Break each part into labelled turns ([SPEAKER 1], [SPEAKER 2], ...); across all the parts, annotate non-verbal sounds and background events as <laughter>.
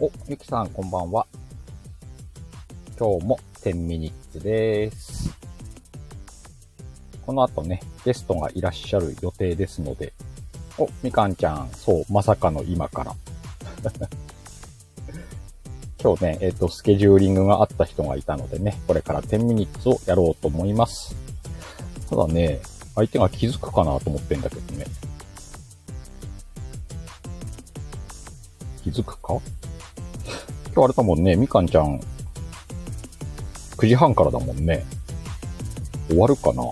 [SPEAKER 1] お、ゆきさんこんばんは。今日も10ミニッツです。この後ね、ゲストがいらっしゃる予定ですので、お、みかんちゃん、そう、まさかの今から。 <laughs> 今日ね、えっ、と、スケジューリングがあった人がいたのでね、これから10ミニッツをやろうと思います。ただね、相手が気づくかなと思ってんだけどね。気づくか今日あれだもんね、みかんちゃん、9時半からだもんね。終わるかな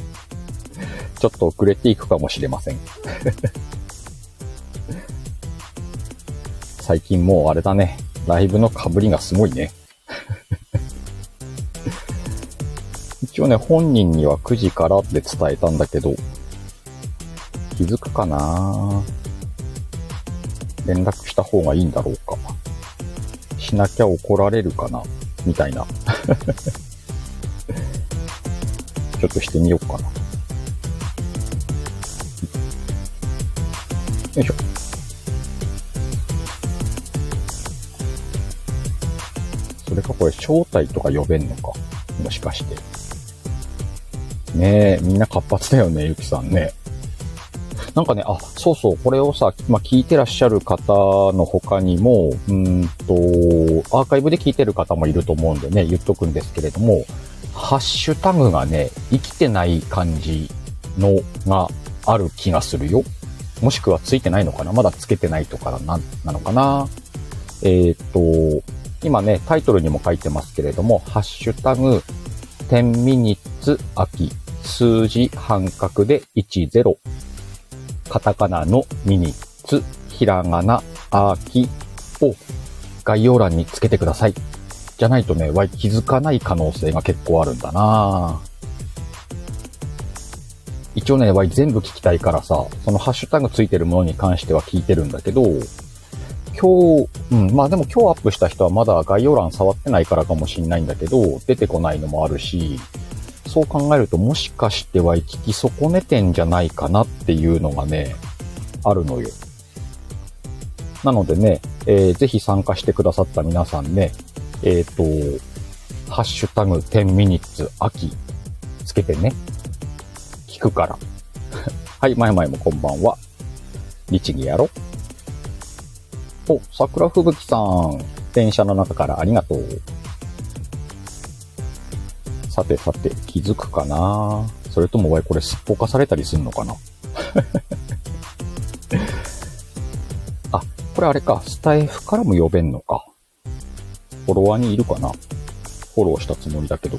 [SPEAKER 1] <laughs> ちょっと遅れていくかもしれません。 <laughs> 最近もうあれだね。ライブの被りがすごいね。 <laughs> 一応ね、本人には9時からって伝えたんだけど、気づくかな連絡した方がいいんだろうか。しなきゃ怒られるかなみたいな。 <laughs> ちょっとしてみようかな。よいしょ。それかこれ、招待とか呼べんのか。もしかして。ねえ、みんな活発だよね、ゆきさんね。なんかね、あ、そうそう、これをさ、まあ、聞いてらっしゃる方の他にも、うーんと、アーカイブで聞いてる方もいると思うんでね、言っとくんですけれども、ハッシュタグがね、生きてない感じのがある気がするよ。もしくはついてないのかなまだつけてないとかな、なのかなえーっ、と、今ね、タイトルにも書いてますけれども、ハッシュタグ、10ミニッツ秋、数字半角で10、カタカナのミニッツ、ひらがな、秋を概要欄につけてください。じゃないとね、わい気づかない可能性が結構あるんだな一応ね、わい全部聞きたいからさ、そのハッシュタグついてるものに関しては聞いてるんだけど、今日、うん、まあでも今日アップした人はまだ概要欄触ってないからかもしんないんだけど、出てこないのもあるし、そう考えるともしかしては聞き損ねてんじゃないかなっていうのがね、あるのよ。なのでね、えーぜひ参加してくださった皆さんね、えっ、と、ハッシュタグ10ミニッツ秋つけてね。聞くから。 <laughs> はい、前々もこんばんは。律儀やろ。お、桜吹雪さん。電車の中からありがとう。さてさて、気づくかなそれともお前これすっぽかされたりすんのかな <laughs> あ、これあれか。スタイフからも呼べんのか。フォロワーにいるかなフォローしたつもりだけど。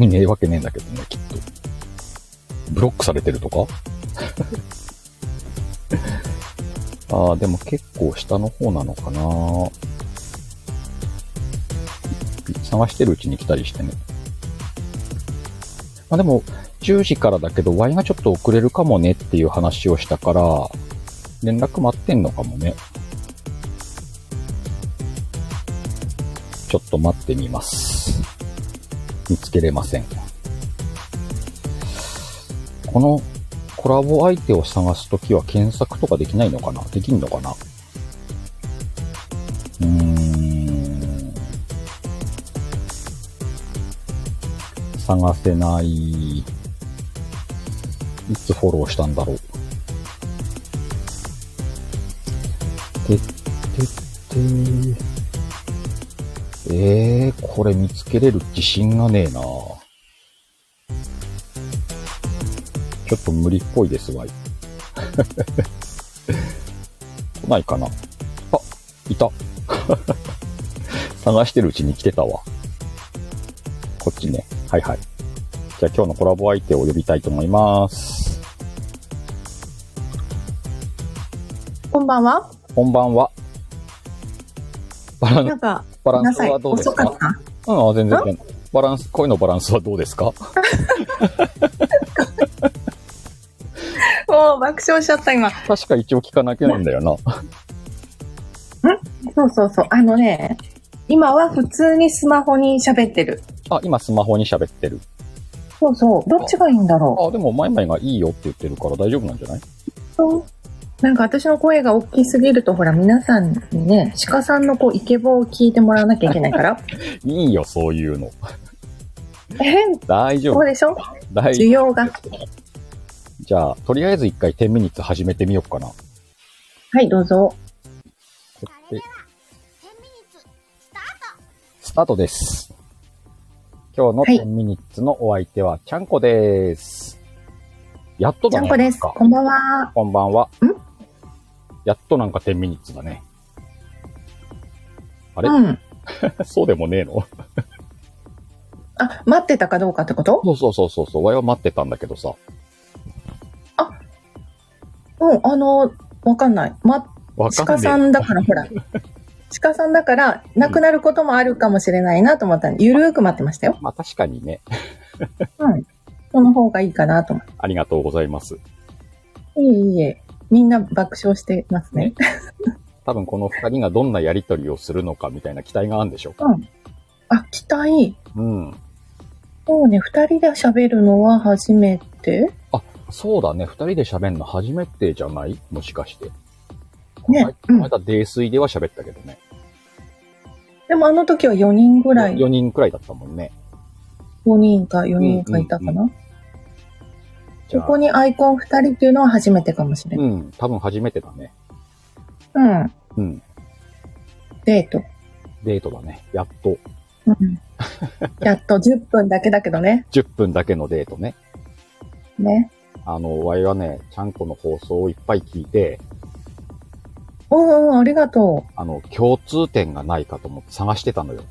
[SPEAKER 1] いねえわけねえんだけどね、きっと。ブロックされてるとか <laughs> ああ、でも結構下の方なのかな探してるうちに来たりしてね。まあでも、10時からだけど、Y がちょっと遅れるかもねっていう話をしたから、連絡待ってんのかもね。ちょっと待ってみます。見つけれません。このコラボ相手を探すときは検索とかできないのかなできんのかなうーん。探せない。いつフォローしたんだろう。てってって。ええー、これ見つけれる自信がねえなちょっと無理っぽいですわい。 <laughs> 来ないかなあ、いた。 <laughs> 探してるうちに来てたわ。こっちね。はいはい。じゃあ今日のコラボ相手を呼びたいと思います。
[SPEAKER 2] こんばんは。
[SPEAKER 1] こんばんは。バラン
[SPEAKER 2] なんか、
[SPEAKER 1] バラ
[SPEAKER 2] な
[SPEAKER 1] ンス
[SPEAKER 2] さい。
[SPEAKER 1] はどうです
[SPEAKER 2] 遅か
[SPEAKER 1] か
[SPEAKER 2] った。
[SPEAKER 1] うん、全然全然。バランス、声のバランスはどうですか
[SPEAKER 2] もう爆笑しちゃった、今。
[SPEAKER 1] 確か一応聞かなきゃなんだよな。
[SPEAKER 2] そうそうそう。あのね、今は普通にスマホに喋ってる。
[SPEAKER 1] あ、今スマホに喋ってる。
[SPEAKER 2] そうそう。どっちがいいんだろ。
[SPEAKER 1] あ、でもマイマイがいいよって言ってるから大丈夫なんじゃないう
[SPEAKER 2] そうなんか私の声が大きすぎると、ほら、皆さんにね、鹿さんのこう、イケボを聞いてもらわなきゃいけな
[SPEAKER 1] <laughs>
[SPEAKER 2] いから。
[SPEAKER 1] いいよ、そういうの。
[SPEAKER 2] え
[SPEAKER 1] 大丈
[SPEAKER 2] そ
[SPEAKER 1] 夫
[SPEAKER 2] う。でしょ
[SPEAKER 1] 大
[SPEAKER 2] 需要が。
[SPEAKER 1] じゃあ、とりあえず一回10ミニッツ始めてみようかな。
[SPEAKER 2] はい、どうぞ。
[SPEAKER 1] でスタートです。今日の
[SPEAKER 2] はい
[SPEAKER 1] 10ミニッツのお相手は、ちゃんこです。やっと
[SPEAKER 2] ち
[SPEAKER 1] だ
[SPEAKER 2] ゃん
[SPEAKER 1] ね。
[SPEAKER 2] こです。
[SPEAKER 1] なんか
[SPEAKER 2] こんばんは。
[SPEAKER 1] こんばんは
[SPEAKER 2] ん。
[SPEAKER 1] やっとなんか10ミニッツだね。 <laughs> あれ
[SPEAKER 2] うん。
[SPEAKER 1] そうでもねえの
[SPEAKER 2] あ、待ってたかどうかってこと
[SPEAKER 1] そうそうそうそうそう。わいは待ってたんだけどさ。
[SPEAKER 2] うん、あの、わかんない。ま、
[SPEAKER 1] わかんね
[SPEAKER 2] 鹿
[SPEAKER 1] え。
[SPEAKER 2] さんだから、ほら。鹿さんだから、なくなることもあるかもしれないなと思ったんで、ゆるーく待ってましたよ。
[SPEAKER 1] まあ確かにね。
[SPEAKER 2] うん。その方がいいかなと思って。
[SPEAKER 1] ありがとうございます。
[SPEAKER 2] いえいえ。みんな爆笑してますね。
[SPEAKER 1] 多分この二人がどんなやりとりをするのかみたいな期待があるんでしょうか。
[SPEAKER 2] あ、期待。
[SPEAKER 1] うん。
[SPEAKER 2] そうね、二人で喋るのは初めて
[SPEAKER 1] そうだね。二人で喋るの初めてじゃないもしかして。
[SPEAKER 2] ね
[SPEAKER 1] この間、この間泥酔では喋ったけどね。
[SPEAKER 2] でもあの時は4人ぐらい、
[SPEAKER 1] 4人くらいだったもんね。
[SPEAKER 2] 5人か4人かいたかな。
[SPEAKER 1] じゃ
[SPEAKER 2] こ
[SPEAKER 1] あ
[SPEAKER 2] こにアイコン2人っていうのは初めてかもしれない。
[SPEAKER 1] うん。多分初めてだね。
[SPEAKER 2] うん。
[SPEAKER 1] うん。
[SPEAKER 2] デート。
[SPEAKER 1] デートだね。やっと。
[SPEAKER 2] <laughs> うん。やっと10分だけだけどね。
[SPEAKER 1] 10分だけのデートね。
[SPEAKER 2] ね。
[SPEAKER 1] あの、ワイはね、ちゃんこの放送をいっぱい聞いて、
[SPEAKER 2] おうおう、ありがとう。
[SPEAKER 1] あの、共通点がないかと思って探してたのよ。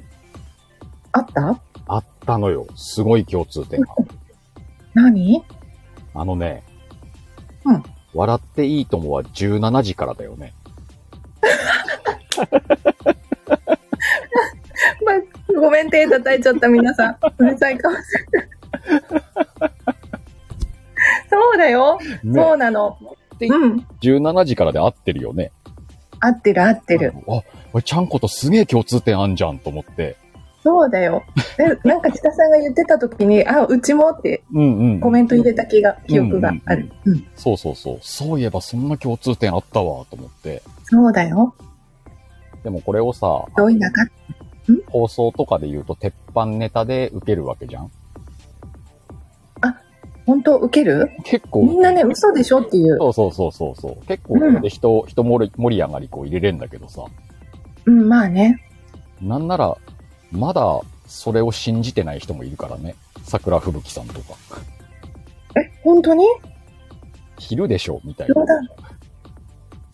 [SPEAKER 2] あった
[SPEAKER 1] あったのよ。すごい共通点が。
[SPEAKER 2] 何
[SPEAKER 1] あのね。
[SPEAKER 2] うん
[SPEAKER 1] 笑っていいともは17時からだよね。
[SPEAKER 2] まごめん、手叩いちゃった、皆 <laughs> さん。うるさいかもしれない。そうだよ。そ
[SPEAKER 1] ね。
[SPEAKER 2] うなの。
[SPEAKER 1] で
[SPEAKER 2] うん。
[SPEAKER 1] 17時からで合ってるよね。
[SPEAKER 2] 合ってる、合ってる。
[SPEAKER 1] あ、俺ちゃんことすげえ共通点あんじゃんと思って。
[SPEAKER 2] そうだよ。でなんか、近さんが言ってた時に、あ、うちもって
[SPEAKER 1] うんうん。
[SPEAKER 2] コメント入れた気が、記憶がある。うん
[SPEAKER 1] そうそうそう。そういえばそんな共通点あったわと思って。
[SPEAKER 2] そうだよ。
[SPEAKER 1] でもこれをさ、
[SPEAKER 2] どういなかった
[SPEAKER 1] 放送とかで言うと鉄板ネタで受けるわけじゃん
[SPEAKER 2] 本当、受ける
[SPEAKER 1] 結構。
[SPEAKER 2] みんなね、嘘でしょっていう。
[SPEAKER 1] そうそうそうそうそう。結構これで人、人盛り盛り上がりこう入れれんだけどさ。
[SPEAKER 2] うん、まあね。
[SPEAKER 1] なんなら、まだそれを信じてない人もいるからね。桜吹雪さんとか。
[SPEAKER 2] え、本当にい
[SPEAKER 1] 昼でしょみたいな。
[SPEAKER 2] 冗談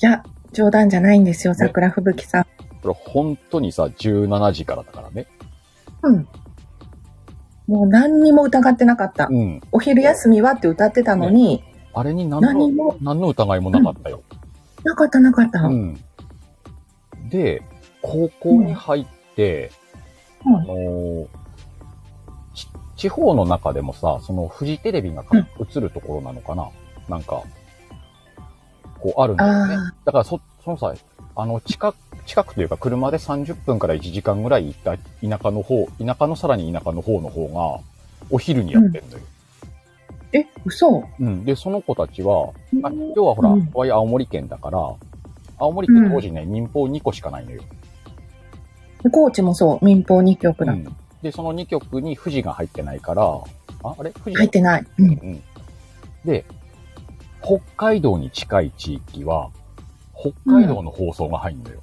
[SPEAKER 2] や、冗談じゃないんですよ、桜吹雪さん。
[SPEAKER 1] これ本当にさ、17時からだからね。
[SPEAKER 2] うん。もう何にも疑ってなかった。
[SPEAKER 1] うん。
[SPEAKER 2] お昼休みはって歌ってたのに、
[SPEAKER 1] あれに何の、
[SPEAKER 2] 何も
[SPEAKER 1] 何の疑いもなかったよ。
[SPEAKER 2] なかったなかった。
[SPEAKER 1] うん。で、高校に入って、
[SPEAKER 2] うん
[SPEAKER 1] あのーち地方の中でもさ、そのフジテレビがか
[SPEAKER 2] うん
[SPEAKER 1] 映るところなのかな、なんか、こうあるんだよね
[SPEAKER 2] あ。
[SPEAKER 1] だからそ、そのさ、あの、近く、近くというか車で30分から1時間ぐらい行った田舎の方、田舎のさらに田舎の方の方が、お昼にやってんのよ。
[SPEAKER 2] え、嘘
[SPEAKER 1] うん。で、その子たちは、
[SPEAKER 2] うん
[SPEAKER 1] あ今日はほら、
[SPEAKER 2] うん
[SPEAKER 1] ハワイ青森県だから、青森県当時ね、民放2個しかないのよ。
[SPEAKER 2] 高知もそう、民放2局だ。
[SPEAKER 1] うんで、その2曲に富士が入ってないから、あ、あれ富士
[SPEAKER 2] 入ってない。う。
[SPEAKER 1] うんん。で、北海道に近い地域は、北海道の放送が入るのよ。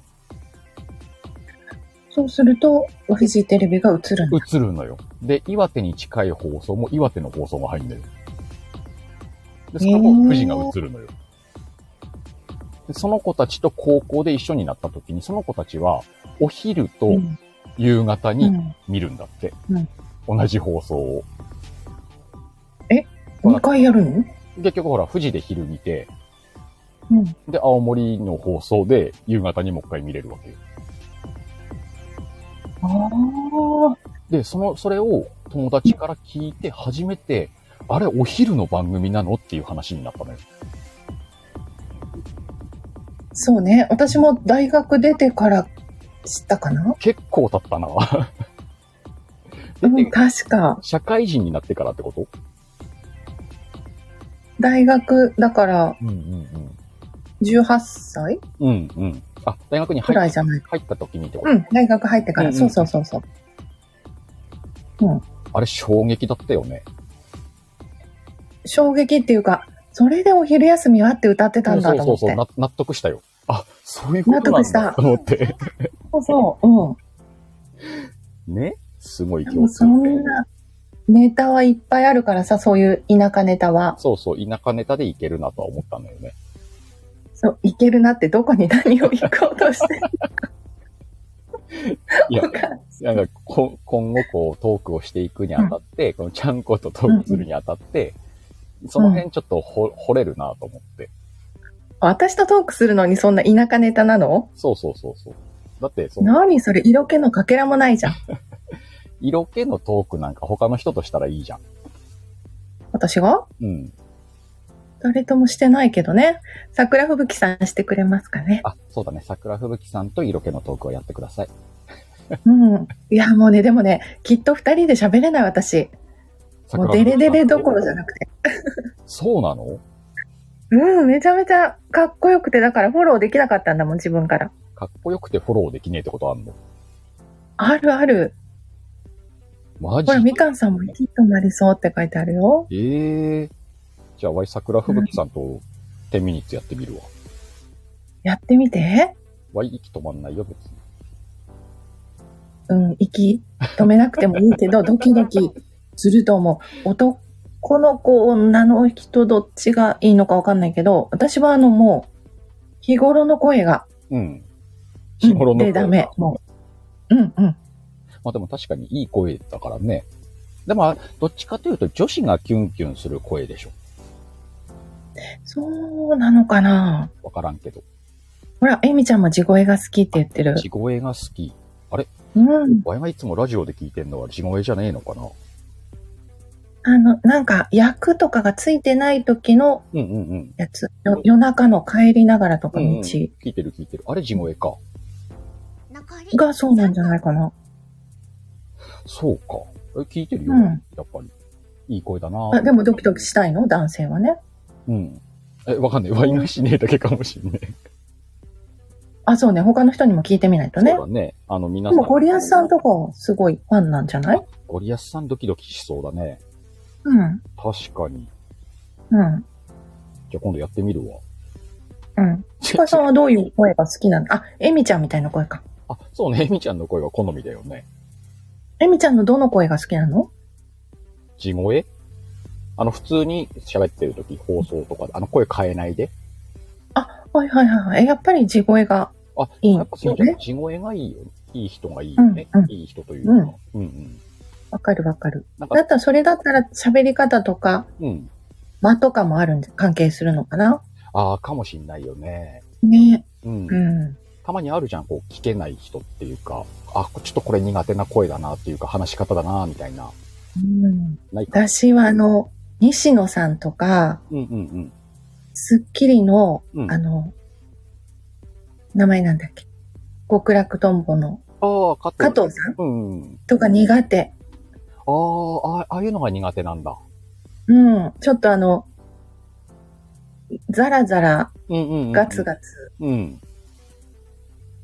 [SPEAKER 2] そうすると、フジテレビが映るの。
[SPEAKER 1] 映るのよ。で、岩手に近い放送も岩手の放送が入るのよ。で、その
[SPEAKER 2] へ
[SPEAKER 1] 後、
[SPEAKER 2] ー
[SPEAKER 1] 富士が映るのよ。で、その子たちと高校で一緒になった時に、その子たちは、お昼と
[SPEAKER 2] うん
[SPEAKER 1] 夕方
[SPEAKER 2] う
[SPEAKER 1] に
[SPEAKER 2] ん。
[SPEAKER 1] 見るんだって。
[SPEAKER 2] うん
[SPEAKER 1] 同じ放送を。
[SPEAKER 2] 2回やるの
[SPEAKER 1] 結局ほら、富士で昼見て、
[SPEAKER 2] うん。
[SPEAKER 1] で、青森の放送で夕方にもう一回見れるわけよ。
[SPEAKER 2] ああ。
[SPEAKER 1] で、その、それを友達から聞いて初めて、あれ、お昼の番組なのっていう話になったのよ。
[SPEAKER 2] そうね。私も大学出てから知ったかな
[SPEAKER 1] 結構経
[SPEAKER 2] <laughs>
[SPEAKER 1] ったな。
[SPEAKER 2] う
[SPEAKER 1] だって
[SPEAKER 2] ん、確か。
[SPEAKER 1] 社会人になってからってこと
[SPEAKER 2] 大学だから、
[SPEAKER 1] うんうんうん。
[SPEAKER 2] 18歳
[SPEAKER 1] うん、うん。あ、大学に
[SPEAKER 2] く
[SPEAKER 1] 入
[SPEAKER 2] らい
[SPEAKER 1] っ
[SPEAKER 2] じゃない
[SPEAKER 1] 入った時にってこと、
[SPEAKER 2] うん、大学入ってから。
[SPEAKER 1] うんうん
[SPEAKER 2] そうそうそうそう。
[SPEAKER 1] あれ衝撃だったよね。
[SPEAKER 2] 衝撃っていうか、それでお昼休みはって歌ってたんだと
[SPEAKER 1] そ
[SPEAKER 2] 思
[SPEAKER 1] う
[SPEAKER 2] っ
[SPEAKER 1] そうそう
[SPEAKER 2] て。
[SPEAKER 1] な、納得したよ。あ、そういうことなん
[SPEAKER 2] 納得した
[SPEAKER 1] だと思って。
[SPEAKER 2] そうそう、うん。
[SPEAKER 1] ねすごい
[SPEAKER 2] でも
[SPEAKER 1] 共通
[SPEAKER 2] そんなネタはいっぱいあるからさ、そういう田舎ネタは。
[SPEAKER 1] そうそう、田舎ネタでいけるなとは思ったのよね。
[SPEAKER 2] そう、いけるなってどこに何を行こうとしてる
[SPEAKER 1] いや
[SPEAKER 2] の、か。
[SPEAKER 1] なんかこ今後こうトークをしていくにあたって、このちゃんことトークするにあたって、その辺ちょっとほ掘れるなと思って。
[SPEAKER 2] 私とトークするのにそんな田舎ネタなの
[SPEAKER 1] そうそうそうそう。だって、その、
[SPEAKER 2] 何それ色気のかけらもないじゃん。
[SPEAKER 1] 色気のトークなんか他の人としたらいいじゃん。
[SPEAKER 2] 私が
[SPEAKER 1] うん。
[SPEAKER 2] 誰ともしてないけどね。桜吹雪さんしてくれますかね。
[SPEAKER 1] あ、そうだね。桜吹雪さんと色気のトークをやってください。
[SPEAKER 2] うん。いや、もうね、でもね、きっと二人で喋れない私。もう
[SPEAKER 1] 桜
[SPEAKER 2] デ
[SPEAKER 1] 吹雪
[SPEAKER 2] レ
[SPEAKER 1] さん
[SPEAKER 2] デレどころじゃなくて。
[SPEAKER 1] そうなの
[SPEAKER 2] うん、めちゃめちゃかっこよくて、だからフォローできなかったんだもん、自分から。
[SPEAKER 1] かっこよくてフォローできねえってことあんの
[SPEAKER 2] あるある。
[SPEAKER 1] マ
[SPEAKER 2] ほら、
[SPEAKER 1] ジ
[SPEAKER 2] みかんさんもヒットになりそうって書いてあるよ。
[SPEAKER 1] ええじゃあ、わい桜吹雪さんと10ミニッツやってみるわ。
[SPEAKER 2] やってみて。
[SPEAKER 1] わい息止まんないよ、別に。
[SPEAKER 2] うん、息止めなくてもいい
[SPEAKER 1] <laughs>
[SPEAKER 2] けど、ドキドキすると思う。男の子、女の人、どっちがいいのかわかんないけど、私はあのもう、日頃の声が、
[SPEAKER 1] うん。
[SPEAKER 2] うん
[SPEAKER 1] 日頃の声
[SPEAKER 2] で
[SPEAKER 1] が
[SPEAKER 2] ダメ。もう。うんうん。
[SPEAKER 1] まあでも確かにいい声だからね。でも、あどっちかというと女子がキュンキュンする声でしょ。
[SPEAKER 2] そうなのかな
[SPEAKER 1] わからんけど。
[SPEAKER 2] ほら、エミちゃんも地声が好きって言ってる。
[SPEAKER 1] 地声が好き。
[SPEAKER 2] うん。
[SPEAKER 1] わいがいつもラジオで聞いてんのは地声じゃねえのかな
[SPEAKER 2] あの、なんか、役とかがついてない時の
[SPEAKER 1] うんうんうん。
[SPEAKER 2] やつ。よ夜中の帰りながらとか
[SPEAKER 1] うんうん、
[SPEAKER 2] 道
[SPEAKER 1] 聞いてる聞いてる。あれ地声か。
[SPEAKER 2] がそうなんじゃないかな。
[SPEAKER 1] そうか。え聞いてるよ、
[SPEAKER 2] うん
[SPEAKER 1] やっぱり。いい声だな
[SPEAKER 2] あでもドキドキしたいの男性はね。
[SPEAKER 1] うん。え、わかんない。ワイがしねえだけかもしんね
[SPEAKER 2] あ、そうね。他の人にも聞いてみない
[SPEAKER 1] え。
[SPEAKER 2] とね
[SPEAKER 1] そう。だね。あの、皆
[SPEAKER 2] で
[SPEAKER 1] さん。
[SPEAKER 2] も、ゴリアスさんとかはすごいファンなんじゃない
[SPEAKER 1] ゴリアスさんドキドキしそうだね。
[SPEAKER 2] うん。
[SPEAKER 1] 確かに。
[SPEAKER 2] うん。
[SPEAKER 1] じゃあ今度やってみるわ。
[SPEAKER 2] うん。シカさんはどういう声が好きなのあ、エミちゃんみたいな声か。
[SPEAKER 1] <laughs> あ、そうね。エミちゃんの声は好みだよね。
[SPEAKER 2] エミちゃんのどの声が好きなの
[SPEAKER 1] 地声あの、普通に喋ってるとき、放送とかで、あの、声変えないで。
[SPEAKER 2] はいはいはいはい。え、やっぱり地声が
[SPEAKER 1] あ、
[SPEAKER 2] いい
[SPEAKER 1] や
[SPEAKER 2] の
[SPEAKER 1] っぱそうじゃん。地声がいいよ。いい人がいいよね。
[SPEAKER 2] うんうん
[SPEAKER 1] いい人というか。うんうん。
[SPEAKER 2] わかるわかる。
[SPEAKER 1] なん
[SPEAKER 2] だ
[SPEAKER 1] か、
[SPEAKER 2] ったらそれだったら喋り方とか
[SPEAKER 1] うん。
[SPEAKER 2] 間とかもあるんで関係するのかな
[SPEAKER 1] ああ、かもしんないよね。
[SPEAKER 2] ね。
[SPEAKER 1] うん。
[SPEAKER 2] うん。
[SPEAKER 1] たまにあるじゃん、こう、聞けない人っていうか、あ、ちょっとこれ苦手な声だなっていうか、話し方だな、みたいな。
[SPEAKER 2] うん、
[SPEAKER 1] ないか。
[SPEAKER 2] 私はあの、西野さんとか、
[SPEAKER 1] うんうんうん。
[SPEAKER 2] スッキリの、
[SPEAKER 1] うん
[SPEAKER 2] あの、名前なんだっけ極楽とんぼの
[SPEAKER 1] ああ、加
[SPEAKER 2] 加
[SPEAKER 1] 藤。
[SPEAKER 2] 藤さん
[SPEAKER 1] うんうん。
[SPEAKER 2] とか苦手。
[SPEAKER 1] あーあ、ああいうのが苦手なんだ。
[SPEAKER 2] うん。ちょっとあの、ザラザラ、
[SPEAKER 1] うんうん、うん。
[SPEAKER 2] ガツガツ。
[SPEAKER 1] うん。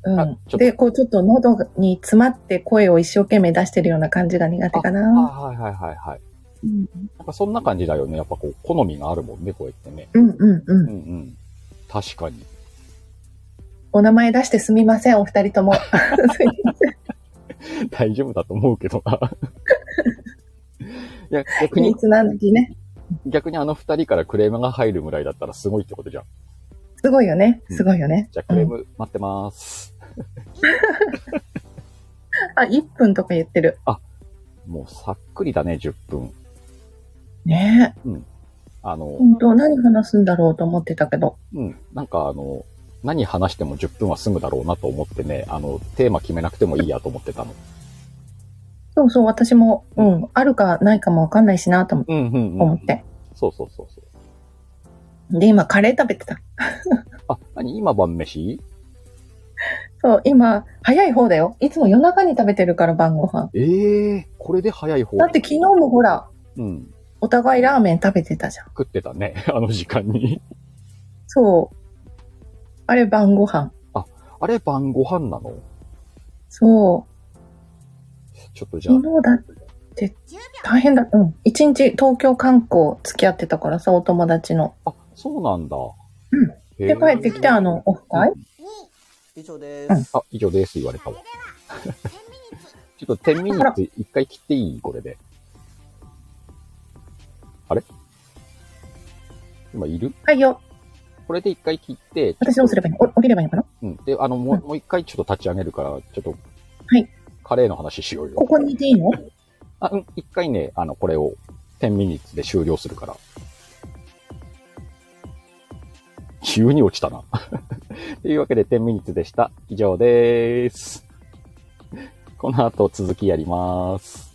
[SPEAKER 2] うん。
[SPEAKER 1] あちょっと
[SPEAKER 2] で、こうちょっと喉に詰まって声を一生懸命出してるような感じが苦手かな。
[SPEAKER 1] はいはいはいはいはい。
[SPEAKER 2] うん
[SPEAKER 1] なんかそんな感じだよね。やっぱこう、好みがあるもんね、こうやってね。
[SPEAKER 2] うんうんう
[SPEAKER 1] うんん。うん。確かに。 <laughs>
[SPEAKER 2] お名前出してすみません、お二人
[SPEAKER 1] <laughs>
[SPEAKER 2] とも。 <laughs>
[SPEAKER 1] 大丈夫だと思うけどな。 <laughs> いや、逆
[SPEAKER 2] 秘
[SPEAKER 1] に、
[SPEAKER 2] 密なのにね。
[SPEAKER 1] 逆にあの二人からクレームが入るぐらいだったらすごいってことじゃん。
[SPEAKER 2] すごいよね。
[SPEAKER 1] うん
[SPEAKER 2] すごいよね。
[SPEAKER 1] じゃあクレーム待ってます。
[SPEAKER 2] あ、1分とか言ってる。
[SPEAKER 1] もうさっくりだね、10分。
[SPEAKER 2] ねえ。
[SPEAKER 1] あの、
[SPEAKER 2] 本当何話すんだろうと思ってたけど。
[SPEAKER 1] うん、なんかあの、何話しても10分は済むだろうなと思ってね、あの、テーマ決めなくてもいいやと思ってたの。
[SPEAKER 2] そうそう、私も、うん、あるかないかもわかんないしなと
[SPEAKER 1] うん、うん、
[SPEAKER 2] 思って。
[SPEAKER 1] そうそうそうそう。
[SPEAKER 2] で、今、カレー食べてた。
[SPEAKER 1] あ、何今晩飯
[SPEAKER 2] そう、今、早い方だよ。いつも夜中に食べてるから、晩ご飯。
[SPEAKER 1] ええこれで早い方
[SPEAKER 2] だって昨日もほら、
[SPEAKER 1] うん、<laughs>
[SPEAKER 2] お互いラーメン食べてたじゃん。
[SPEAKER 1] 食ってたね、あの時間に。
[SPEAKER 2] そう。あれ晩ご飯。
[SPEAKER 1] あれ晩ご飯なの
[SPEAKER 2] そう。
[SPEAKER 1] ちょっとじゃあ、
[SPEAKER 2] 昨日だって大変だ。うん。一日東京観光付き合ってたからさ、お友達の。
[SPEAKER 1] あ、そうなんだ。
[SPEAKER 2] ん
[SPEAKER 1] へー
[SPEAKER 2] で、帰ってきてあの、オフ会
[SPEAKER 3] 以上です。
[SPEAKER 1] あ、以上です、言われたわ。ちょっと10ミニッツ一回切っていいこれで。あれ今いる
[SPEAKER 2] はいよ。こ
[SPEAKER 1] これで一回切って、
[SPEAKER 2] 私どうすればいいのお起きればいいのかな
[SPEAKER 1] うん。で、あの、も
[SPEAKER 2] うん
[SPEAKER 1] う、もう一回ちょっと立ち上げるから、ちょっと、
[SPEAKER 2] はい。
[SPEAKER 1] カレーの話しようよ。
[SPEAKER 2] ここにいていいの
[SPEAKER 1] あ、うん、一回ね、あの、これを、10ミニッツで終了するから。急に落ちたな。 <laughs> というわけで、10ミニッツでした。以上でーす。この後続きやります。